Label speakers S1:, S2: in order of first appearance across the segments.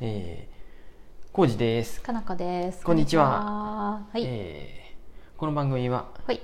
S1: えー、浩二です、
S2: かなこです。
S1: こんにちは
S2: こんにちは。はい。
S1: えーこの番組は
S2: はい。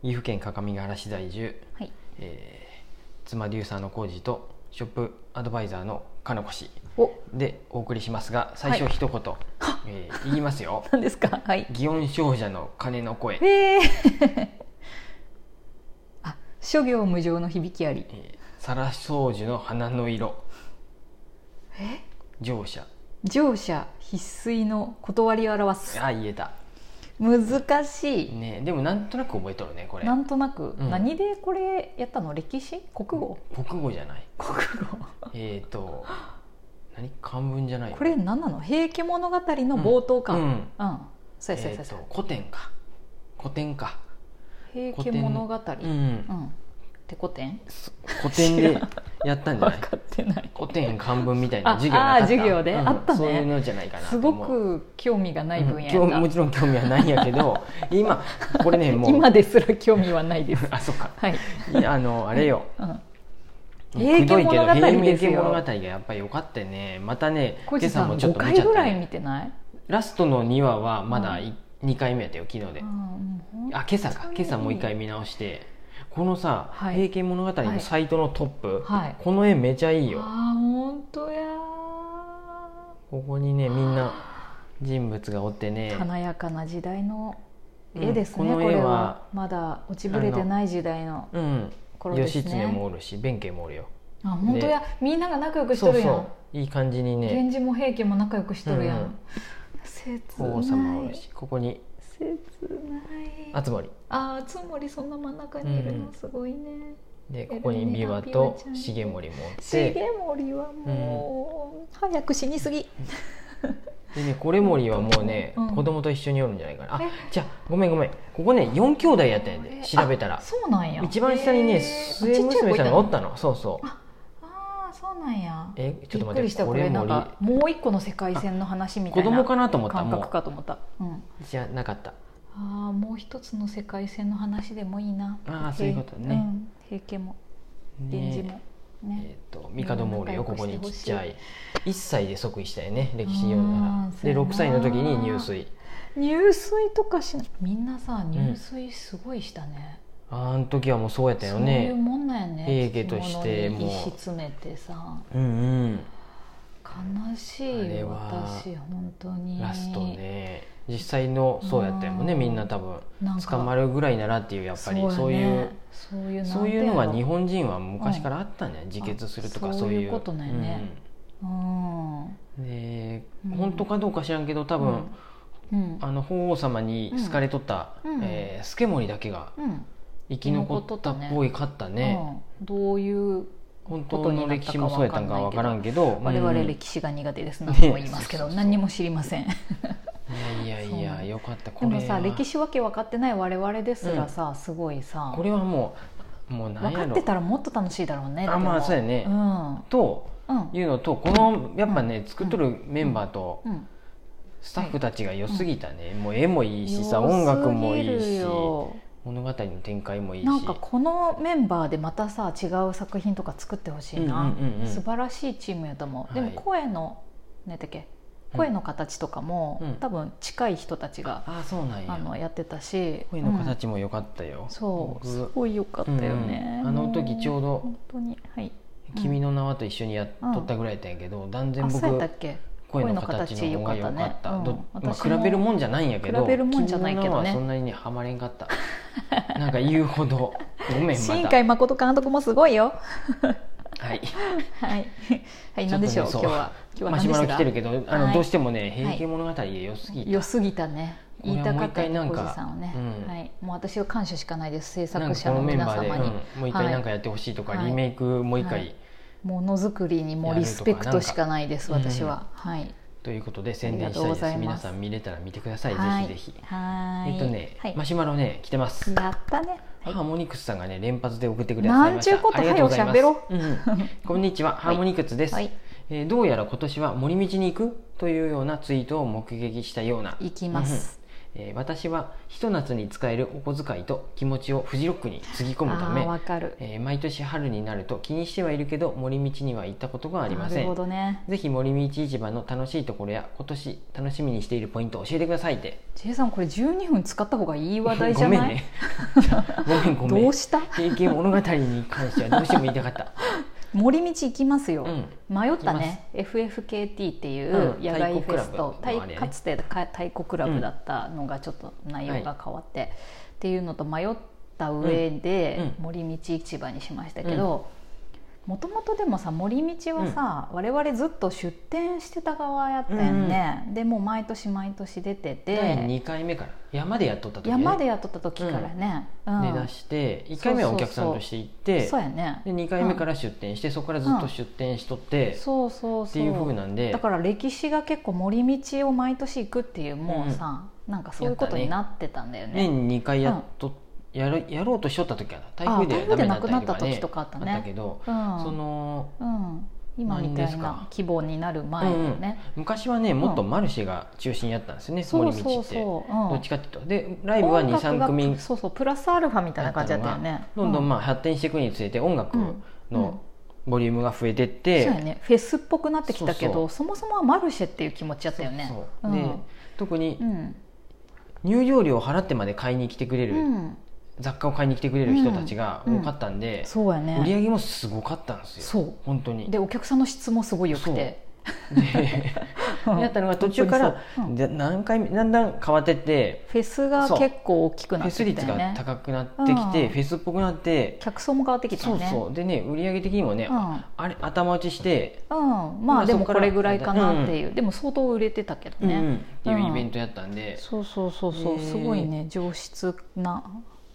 S1: 岐阜県各務原市在住、
S2: はい。
S1: えー、妻デューサーの浩二とショップアドバイザーのかなこ氏
S2: お、
S1: でお送りしますが最初一言、えー言いますよ
S2: 何ですか。はい。
S1: 祇園少女の鐘の声、
S2: えー、 あ、諸行無常の響きあり。
S1: えー、サラ少女の花の色乗車
S2: 乗車必須の断りを表す。
S1: あ言えた
S2: 難しい。
S1: ねでもなんとなく覚えとるねこれ
S2: なんとなく、
S1: うん
S2: 何でこれやったの？歴史？国語？
S1: 国語じゃない
S2: 国語。
S1: えっ、ー、と何漢文じゃないよ
S2: これ何なの？平家物語の冒頭か。
S1: う
S2: うんん。
S1: うん
S2: そうやそう
S1: え
S2: やそう
S1: ー、
S2: やそ
S1: と
S2: うや。
S1: 古典か古典か、
S2: 平家物語。
S1: う
S2: うん。
S1: ん、
S2: って古典？
S1: 古典でやったんじゃ
S2: 分
S1: ない
S2: かってない。
S1: 古典漢文みたいな授業
S2: あ
S1: なかった
S2: あー授業であったね
S1: そういうのじゃないかな
S2: す
S1: と
S2: ご
S1: 思う
S2: く興味がない分野や
S1: うんん興
S2: だ
S1: もちろん興味はないんやけ ど今これねもう
S2: 今ですら興味はないです
S1: あそっか
S2: はい、
S1: いやあのあれ よ
S2: うん、
S1: もう
S2: 平家
S1: くどいけど
S2: 物語です
S1: 平
S2: よ
S1: 家物語がやっぱり良かったよねまたね
S2: 小石さん
S1: も
S2: 5
S1: 見
S2: 回ぐらい
S1: ね
S2: 見てない、
S1: ラストの2話はまだ
S2: う
S1: い、2回目やったよ昨日で、
S2: うん
S1: あ
S2: もう
S1: 今朝か今朝もう1回見直してこのさ「
S2: はい
S1: 平家物語」のサイトのトップ、
S2: はい
S1: この絵めちゃいいよ
S2: ああ本当や
S1: ここにねみんな人物がおってね
S2: ー華やかな時代の
S1: う
S2: 絵
S1: ん
S2: ですね、
S1: この
S2: こ
S1: 絵
S2: れ
S1: は
S2: はまだ落ちぶれてない時代の
S1: うん
S2: 頃です
S1: 義経
S2: ね
S1: もおるし弁慶もおるよ
S2: あ本当や、みんなが仲良くしとるやん
S1: ういい感じにね
S2: 源氏も平家も仲良くしとるやん、
S1: うんうん
S2: 切ない
S1: 王様おるしここに
S2: 切ない
S1: 熱森
S2: ああつもりそんな真ん中にいるのすごいね、
S1: で
S2: 偉い
S1: こ
S2: ね
S1: こに琵琶
S2: あ琵琶
S1: と
S2: ちゃん
S1: 重盛もおって
S2: 重盛はもう、早く死にすぎ
S1: でね、これ森はもうね、
S2: うん
S1: 子供と一緒におるんじゃないかな。あ
S2: え、
S1: じゃあごめんごめん。ここね、4兄弟やったんやで、
S2: えー
S1: 調べたら。
S2: そうなんや
S1: 一番下にね、
S2: へー
S1: 末娘さんがおったの。そうそう。
S2: あちっちゃい子いたのあーそうなんや
S1: え、ちょっと
S2: びっく
S1: 待っ、
S2: りしてた
S1: こ
S2: こ
S1: れ
S2: れなん
S1: 森、
S2: かもう一個の世界線の話みた
S1: 子
S2: いな
S1: 供かなと思った。
S2: 感
S1: も
S2: 覚
S1: う
S2: かと思った、うん、
S1: じゃなかった。
S2: ああもう一つの世界線の話でもいいな
S1: あーそういうことね
S2: うん平家も源氏も
S1: ね、
S2: ね
S1: えっと、帝もおるよ、ここにちっちゃい。1歳で即位したよね、歴史読ん
S2: う
S1: だ
S2: ん
S1: ら。
S2: そう
S1: で、
S2: やな
S1: 6歳の時に入水。
S2: 入水とかしないみんなさ入水すごいしたね、
S1: あん時はもうそうやったよ
S2: そういう
S1: ね。
S2: もんなんやね
S1: 平家としても
S2: 着物に石詰めてさ
S1: うん
S2: 悲し
S1: あ
S2: い
S1: れ
S2: よ
S1: は
S2: 私本当
S1: うん。
S2: に
S1: ラストね。実際のそうやったよね、
S2: うん
S1: みんな多分。
S2: なんか
S1: 捕まるぐらいならっていうやっぱりそういう
S2: そうやね
S1: そ
S2: そうう
S1: い
S2: いうう
S1: の
S2: の
S1: が
S2: が
S1: 日本人は昔からあったんじゃない自決するとか
S2: あ
S1: そういう
S2: そういうことなんやねうん
S1: うんで
S2: うん
S1: 本当かどうか知らんけど多分、
S2: うん
S1: あの法皇様に好かれとった、
S2: うん
S1: えー、助盛だけが
S2: うん
S1: 生き残ったっぽいかったね、
S2: うんどういう
S1: 本当の歴史もそうやったんかわからんけど
S2: 我々
S1: うん
S2: 歴史が苦手です
S1: ね
S2: 何も言いますけど
S1: そうそうそう
S2: 何にも知りません
S1: いやいやいやよかったこ
S2: で
S1: れ
S2: もさ
S1: は
S2: 歴史わけ分かってない我々ですらさすごいさ
S1: これはもうもう何
S2: 分か
S1: や
S2: って
S1: ろ
S2: たらもっと楽しいだろうね
S1: あまあそうや
S2: ね
S1: ね、
S2: うん
S1: と
S2: うん
S1: いうのとこのやっぱね、作っとるメンバーと、
S2: うん
S1: スタッフたちが良すぎたね、もう絵もいいしさ
S2: 良すぎる
S1: 音楽もいいし
S2: よ
S1: 物語の展開もいいし
S2: なんかこのメンバーでまたさ違う作品とか作ってほしいな、
S1: うんうんうんうん
S2: 素晴らしいチームやと思う、で
S1: は
S2: も
S1: い
S2: 声の何だっけ
S1: うん
S2: 声の形とかも、
S1: うん
S2: 多分近い人たちが、
S1: ああそうなんや
S2: あのやってたし
S1: 声の
S2: うん
S1: 形も良かったよ、
S2: そう
S1: 僕
S2: すごい良かったよね、
S1: うんあの時ちょうど
S2: 本当にはい
S1: 「
S2: うん
S1: 君の名は」と一緒にやっ
S2: うん
S1: とったぐらいやったんやけど、断然
S2: あ
S1: 僕
S2: そうやったっけ
S1: 声の形の方が良かった
S2: 声の形良かったね
S1: ど
S2: うん
S1: まあ、
S2: 私も
S1: 比べるもんじゃないんやけど
S2: 比べるもんじゃないけ
S1: 君の
S2: どね
S1: 名はそんなにねハマれんかった なんか言うほどごめん
S2: 新
S1: ま
S2: 海
S1: た
S2: 誠監督もすごいよ
S1: はい
S2: はいはい何でしょう,、
S1: ちょっとねそう
S2: 今日は今日は
S1: マ
S2: 何
S1: シ
S2: で
S1: ュマロ
S2: し
S1: 来
S2: た
S1: てるけどあの、
S2: はい
S1: どうしてもね「平家物語」が良すぎた、
S2: 良すぎたね言いたかった
S1: これはもう一回なんか
S2: 小路さんをね、
S1: うん
S2: はい、もう私は感謝しかないです制
S1: なんかこの
S2: 作者の
S1: メン
S2: 皆
S1: バーで、
S2: 様に、
S1: うんもう一回なんかやってほしいとか、
S2: はい
S1: リメイクもう一回、
S2: はいものづくりにもリスペクトしかないです
S1: やるとか
S2: 私は、はい
S1: ということで宣伝したいです
S2: ありがとうございま
S1: 皆
S2: す
S1: さん見れたら見てください、ぜひぜひ
S2: はい
S1: えっとね、
S2: はい
S1: マシュマロね来てます、
S2: やったね、はい
S1: ハーモニクスさんがね連発で送ってくれさいました
S2: なんちゅうこと
S1: ありがとうございます
S2: 早く
S1: うん うんこんにちは、ハーモニクスです、
S2: はい
S1: えーどうやら今年は森道に行くというようなツイートを目撃したような
S2: 行きます、
S1: うんえー私はひと夏に使えるお小遣いと気持ちをフジロックにつぎ込むた
S2: あ
S1: め
S2: ー、わかる
S1: えー毎年春になると気にしてはいるけど森道には行ったことがありま
S2: な
S1: せ
S2: るほ
S1: ん
S2: どね
S1: ぜひ森道市場の楽しいところや今年楽しみにしているポイントを教えてくださいって
S2: J さんこれ12分使った方がいい話題じ
S1: ご
S2: ゃ
S1: めん
S2: ない、
S1: ねごめんごめ
S2: ど
S1: ん
S2: うした
S1: 経験物語に関してはどうしても言いたか った、
S2: 森道行きますよ、
S1: うん、
S2: 迷ったね FFKT っていう
S1: うん
S2: 野外フェスと、
S1: 太鼓クラブのあれね
S2: 太かつてか太鼓クラブだったのがちょっと内容が変わって、っていうのと迷った上で
S1: うん
S2: 森道市場にしましたけどもともとでもさ森道はさ、我々ずっと出店してた側やったよね、でもう毎年毎年出て
S1: 第
S2: て
S1: 2回目から山でやっとった時、ね、
S2: 山で雇った時からね、うん
S1: 出だして1回目はお客さんとして行って
S2: そうやね
S1: で2回目から出店して、そこからずっと出店しとって、
S2: そうそう
S1: っ
S2: そ
S1: て
S2: う
S1: いう風なんで
S2: だから歴史が結構森道を毎年行くっていうもうさ、なんかそういうことになってたんだよね
S1: 年2回やっと、やろやろうとしとった時は台風で
S2: あ台
S1: ダ
S2: 風で
S1: メ
S2: な
S1: だっ
S2: く
S1: た
S2: な
S1: り
S2: っ
S1: とかね
S2: た時とかあったね
S1: あったけど、
S2: うん
S1: その、
S2: うん、今みたいな規模になる前
S1: うん
S2: よ
S1: うん
S2: ね、
S1: 昔はねもっとマルシェが中心やったんですよね、
S2: そう
S1: 森道
S2: そ
S1: っ
S2: う
S1: て
S2: そう、
S1: ど
S2: う
S1: っ
S2: ん
S1: ちかっていうとでライブは23組
S2: そうそうプラスアルファみたいな感じだったよね
S1: どんどん
S2: ま
S1: まあ発展していくにつれて音楽
S2: うんうん
S1: のボリュームが増えてっ
S2: そう
S1: て、
S2: やねフェスっぽくなってきたけど
S1: そ
S2: そうもそもはマルシェっていう気持ちだったよね
S1: そうで特に
S2: うん
S1: 入場料を払ってまで買いに来てくれ
S2: う
S1: る、
S2: ん、
S1: 雑貨を買いに来てくれる人たちが
S2: うん
S1: 多かったんで、
S2: そうや
S1: 売り
S2: ね
S1: 上げもすごかったんですよ
S2: そう
S1: 本当に
S2: でお客さんの質もすごい良くて
S1: でやったのが途中から
S2: うん
S1: で何回目だんだん変わってって
S2: フェスが
S1: そう
S2: 結構大きく
S1: フ
S2: な
S1: ェ
S2: って
S1: ス
S2: き
S1: 率
S2: たよ
S1: が
S2: ね
S1: 高くなってきて、
S2: うん
S1: フェスっぽくなって、
S2: 客層も変わってきた
S1: そ
S2: よ
S1: う
S2: ね
S1: そうでね売り上げ的にもね、
S2: うん
S1: あれ頭打ちして、
S2: うん、
S1: ま
S2: ま
S1: あ
S2: あで
S1: そっ
S2: も
S1: か
S2: こ
S1: ら
S2: れぐらいかなっていう、でも相当売れてたけどね、
S1: うんうんっていうイベントやったんで、
S2: そうそうそうそう、
S1: ね
S2: すごいね上質な、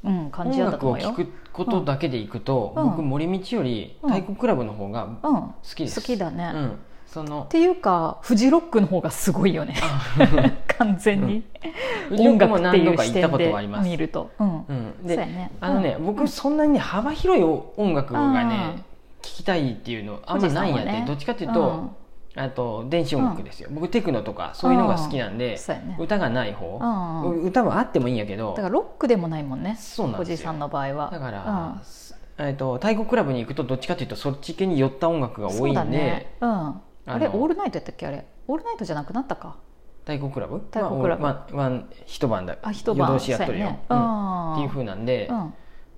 S2: うん、感
S1: 音
S2: じだった
S1: 楽
S2: と思
S1: を
S2: うよ
S1: 聴くことだけでいくと、
S2: うん
S1: 僕森道より
S2: うん
S1: 太鼓クラブの方が
S2: うん、好
S1: 好きです、
S2: きだね、
S1: う
S2: っ
S1: ん、その
S2: ていうかフジロックの方がすごいよね 完全に、音楽っていう視点で見ると、うん
S1: うん、
S2: そうや
S1: で
S2: ね
S1: あのね、僕そんなにね幅広い音楽がね聞きたいっていうのあんまないんやっ
S2: おじ
S1: て、
S2: さんはね
S1: どっちかっていうと、あと電子音楽ですよ、僕テクノとかそういうのが好きなん
S2: うん
S1: で、
S2: そうやね
S1: 歌がない
S2: うん
S1: 方、
S2: うんうん
S1: 歌はあってもいいんやけど
S2: だからロックでもないもんね
S1: そうなんで
S2: お
S1: すよ
S2: じさんの場合は
S1: だか
S2: うん
S1: ら、えっと太鼓クラブに行くとどっちかというとそっち系に寄った音楽が多いんで、
S2: そうだね、うん、あれ
S1: の
S2: オールナイトやったっけあれオールナイトじゃなくなったか
S1: 太鼓クラブ
S2: 太鼓クラブ
S1: はワンワン一晩だ
S2: あ一晩
S1: 夜通しやっとるよ、
S2: そううんや
S1: っ
S2: ね
S1: ていう風なんで、
S2: うんうん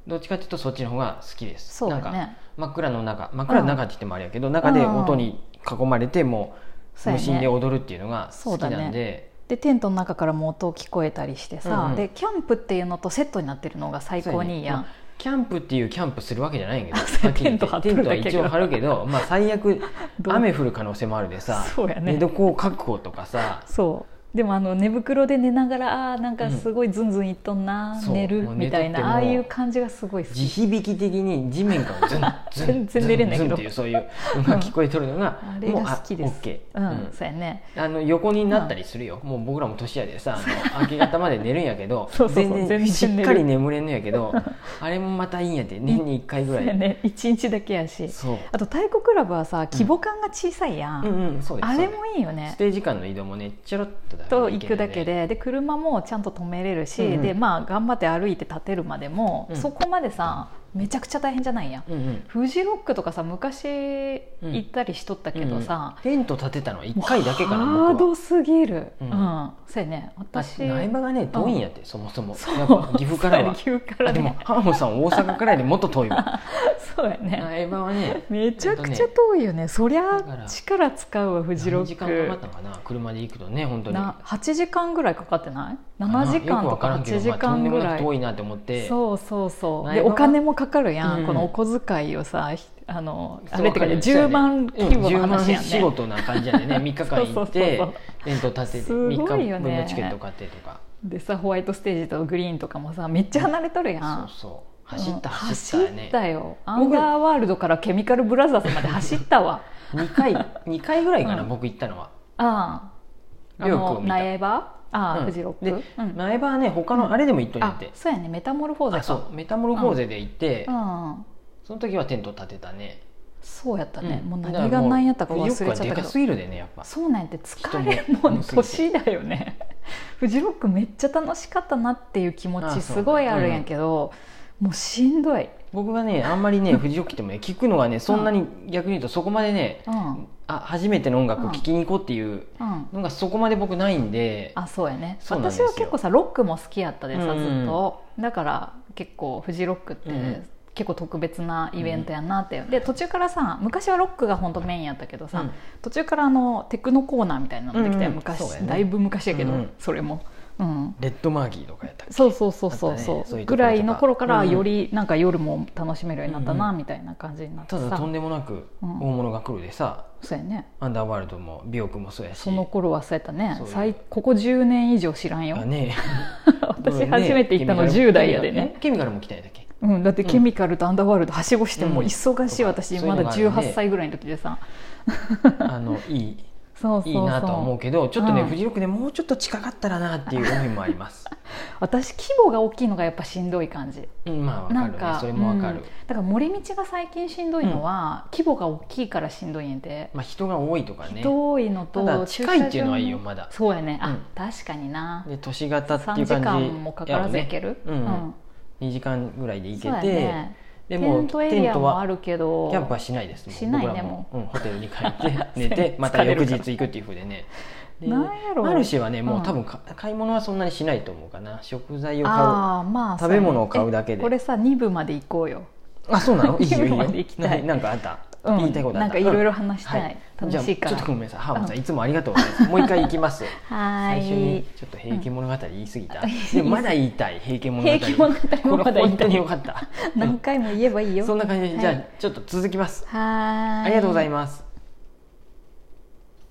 S1: どっちかというとそっちの方が好きです
S2: そうだ
S1: なんか
S2: ね
S1: 真っ暗の中真っ暗の中って言ってもあれやけど、中で音に囲まれてもう
S2: そう
S1: 無
S2: やね
S1: 心で踊るっていうのが
S2: そ
S1: 好
S2: う
S1: き
S2: だね
S1: なんで
S2: でテントの中からも音聞こえたりしてさ、
S1: うんうん
S2: でキャンプっていうのとセットになってるのが最
S1: そう
S2: 高
S1: やね
S2: にいいやん、
S1: まあキャンプっていうキャンプするわけじゃないんやけど
S2: そ
S1: は
S2: う
S1: っきり言
S2: テン
S1: って
S2: ト張っとる
S1: テン
S2: だけ
S1: トは一応張るけど、まあ、最悪
S2: どう
S1: 雨降る可能性もあるでさ
S2: そうやね
S1: 寝床を確保とかさ
S2: そうでもあの寝袋で寝ながらあーなんかすごいズンズンいっとんな、
S1: うん
S2: 寝る
S1: そう
S2: みた
S1: も
S2: い
S1: う寝とっても
S2: なああいう感じがすごい好
S1: 地
S2: き
S1: 響き的に地面からズンズン
S2: 全然寝れないけ
S1: ズ
S2: ど
S1: ンズンっていうそういうのが聞こえとるのが
S2: あれ
S1: もう
S2: が好きです
S1: あ OK
S2: うん、
S1: うん
S2: そうやね
S1: あの横になったりするよ、もう僕らも年やでさあの明け方まで寝るんやけど
S2: そうそうそう
S1: 全然
S2: 全
S1: し
S2: 然寝
S1: っ
S2: る
S1: かり眠れんのやけどあれもまたいいんやで年に1回ぐ
S2: そ
S1: ら
S2: うや
S1: い
S2: ね一日だけやし
S1: そう
S2: あと太鼓クラブはさ規模感が小さいやん、
S1: うんうんそうです
S2: あれ
S1: そう
S2: もいいよ
S1: です
S2: ね
S1: ステージ間の移動もねちょろっとだけ
S2: と
S1: い
S2: 行
S1: け
S2: く
S1: るね
S2: だけでで車もちゃんと止めれるし、
S1: うんうん
S2: でまあ頑張って歩いて立てるまでも、
S1: うん
S2: そこまでさめちゃくちゃ大変じゃないやん
S1: うんうん
S2: フジロックとかさ昔行ったりしとったけどさ、
S1: テント立てたのは1回だけかな
S2: ハー
S1: 僕は
S2: ドすぎる、
S1: う
S2: うんんそうやね私
S1: 苗場がね遠いんやって、そもそも
S2: そう
S1: やっぱ 岐阜からは
S2: 岐阜から
S1: あでも
S2: ね
S1: ハーモさん大阪からよりもっと 遠いわ
S2: そうやね
S1: 苗場はね
S2: めちゃくちゃ遠いよね、そり
S1: だから
S2: ゃ力使うわフジロ
S1: 何時
S2: ッ
S1: 間かかった
S2: ク
S1: かな車で行くとね本当に
S2: な8時間ぐらいかかってない7時間とか
S1: よくわらんけど
S2: 8時間
S1: まあ
S2: ぐ
S1: とんでもな
S2: ら
S1: く
S2: い
S1: 遠いなって思って
S2: そうそうそう
S1: 苗
S2: で
S1: 場は
S2: お金もかかるやん、
S1: うん
S2: このお小遣いをさひあの
S1: そう
S2: あれってかね
S1: わる
S2: 10万
S1: そうや
S2: 規模の
S1: うん
S2: 話
S1: 10
S2: や
S1: 万
S2: ん
S1: 仕
S2: ね、
S1: 事な感じやで ね3日間行って
S2: そうそうそう
S1: レント立てて
S2: すごい
S1: 3日
S2: よね
S1: 分のチケット買ってとか
S2: でさホワイトステージとグリーンとかもさめっちゃ離れとるやん、
S1: そうそう走った
S2: うん
S1: 走った
S2: 走
S1: ね
S2: ったよアンダーワールドからケミカルブラザーズまで走ったわ
S1: 2回2回ぐらいかな
S2: うん
S1: 僕行ったのは
S2: あああ
S1: りょうくんを
S2: の
S1: 見た
S2: 苗場ああ、
S1: うん
S2: フジロック、
S1: で
S2: うん
S1: 前場はね他のあれでも行っとんやっ
S2: あ
S1: て
S2: そうやねメタモルフォーゼ
S1: あ
S2: か
S1: そうメタモルフォーゼで行って
S2: うん、
S1: その時はテント立てたね
S2: そうやったね、
S1: うん
S2: もう何が何やったか忘れちゃ
S1: だ
S2: っ
S1: らもうフ
S2: た
S1: ジロックは
S2: け
S1: で
S2: ど
S1: かすぎるでねやっぱ
S2: そうなんやって疲れ
S1: 人も
S2: もうね年だよねフジロックめっちゃ楽しかったなっていう気持
S1: あ
S2: ち
S1: そう
S2: すごいあるんやけど、もうしんどい、
S1: 僕がねあんまりねフジロックってもね聞くのがねそんなに逆に言うとそこまでね
S2: うん
S1: あ初めての音楽を聴きに行こうっていう
S2: うん、
S1: のがそこまで僕ないんで
S2: あそうやね
S1: そうなんです
S2: 私
S1: よ
S2: は結構さロックも好きやったでさ、
S1: うん
S2: ずっとだから結構フジロックって、
S1: うん
S2: 結構特別なイベントやなって、で途中からさ昔はロックが本当メインやったけどさ、
S1: うん
S2: 途中からあのテクノコーナーみたいなのできた
S1: う
S2: よ、
S1: んうん
S2: 昔
S1: そうやね
S2: だいぶ昔やけど、
S1: うんうん
S2: それも、うん、
S1: レッドマーギーとかやったっけ
S2: そうそうそうそう
S1: あ
S2: そ
S1: っ
S2: う
S1: たねそういうところとか
S2: ぐらいの頃か
S1: う
S2: ら
S1: んうん
S2: よりなんか夜も楽しめるようになった
S1: う
S2: な、
S1: ん
S2: みたいな感じになって
S1: た
S2: さ
S1: だとんでもなく大
S2: うん
S1: 物が来るでさ、
S2: そうやね
S1: アンダーワールドも美容君もそうやし
S2: その頃はそうやったね
S1: そうよ
S2: 最ここ10年以上知らんよ
S1: あね
S2: 私初めて行ったの
S1: ね
S2: 10代やでね
S1: ケミカルも来たんやだっけ
S2: うん、だって
S1: うん
S2: ケミカルとアンダーワールドはしごしても
S1: うん
S2: 忙しい、
S1: とか
S2: 私
S1: そういう
S2: ま
S1: の
S2: だ
S1: があるんで
S2: 18歳ぐらいの時でさ
S1: あのいい
S2: そうそうそ
S1: い
S2: う
S1: いなとは思うけどちょっとね、
S2: うん
S1: フジロックでもうちょっと近かったらなっていう思いもあります、
S2: 私規模が大きいのがやっぱしんどい感じ
S1: うん、まあわか
S2: な
S1: る
S2: ん
S1: ね
S2: か
S1: それもわかる、
S2: うんだから森道が最近しんどいのは、規模が大きいからしんどいんやで
S1: まあ人が多いとかね
S2: 遠いの
S1: た
S2: と
S1: だ近いっていうのはいいよ
S2: 駐車場も
S1: まだ
S2: そうやねあ、
S1: うん
S2: 確かにな
S1: で都市型ってい
S2: 3
S1: う
S2: 時
S1: 感じ
S2: 間もかからず行け
S1: る、
S2: る
S1: やろうねうん2時間ぐらいで行け
S2: そうや
S1: て、
S2: ね
S1: で
S2: テ
S1: も
S2: ン
S1: う
S2: トエリ
S1: テン
S2: ア
S1: ト
S2: もあ
S1: は
S2: るけど
S1: キャンプはしないですもん
S2: しないね
S1: 僕らも
S2: も
S1: うん、ホテルに帰って 寝
S2: 疲れ
S1: て
S2: る
S1: また翌日行くっていうふうでねで
S2: なんやろ
S1: マルシェはねもううん多分か買い物はそんなにしないと思うかな食材を買うあ
S2: あーまあ
S1: 食べ物を買うだけで
S2: えこれさ2部まで行こうよ
S1: そうな のいいよいい
S2: 今ま
S1: よ
S2: で行きたい
S1: ななんかあった、
S2: うん
S1: 言いたいことあ
S2: な
S1: っ
S2: ん
S1: た
S2: かいろい
S1: う
S2: ろ
S1: ん
S2: 話したい、
S1: は
S2: 楽しいか
S1: じゃあちょ
S2: ら
S1: っとごめんなさいハーモンさんいつもありがとうございますもう一回行きます
S2: は
S1: 最
S2: ーい
S1: 初 にちょっと「平家物語」言い過ぎた、
S2: うん
S1: でもまだ言いたい「平家物語」
S2: 平家物語
S1: これ
S2: まだ言
S1: 本
S2: い
S1: 当
S2: たい
S1: に よかった
S2: 何回も言えばいいよ
S1: そんな感じで、じゃ
S2: はい
S1: あちょっと続きます
S2: はーい
S1: ありがとうございます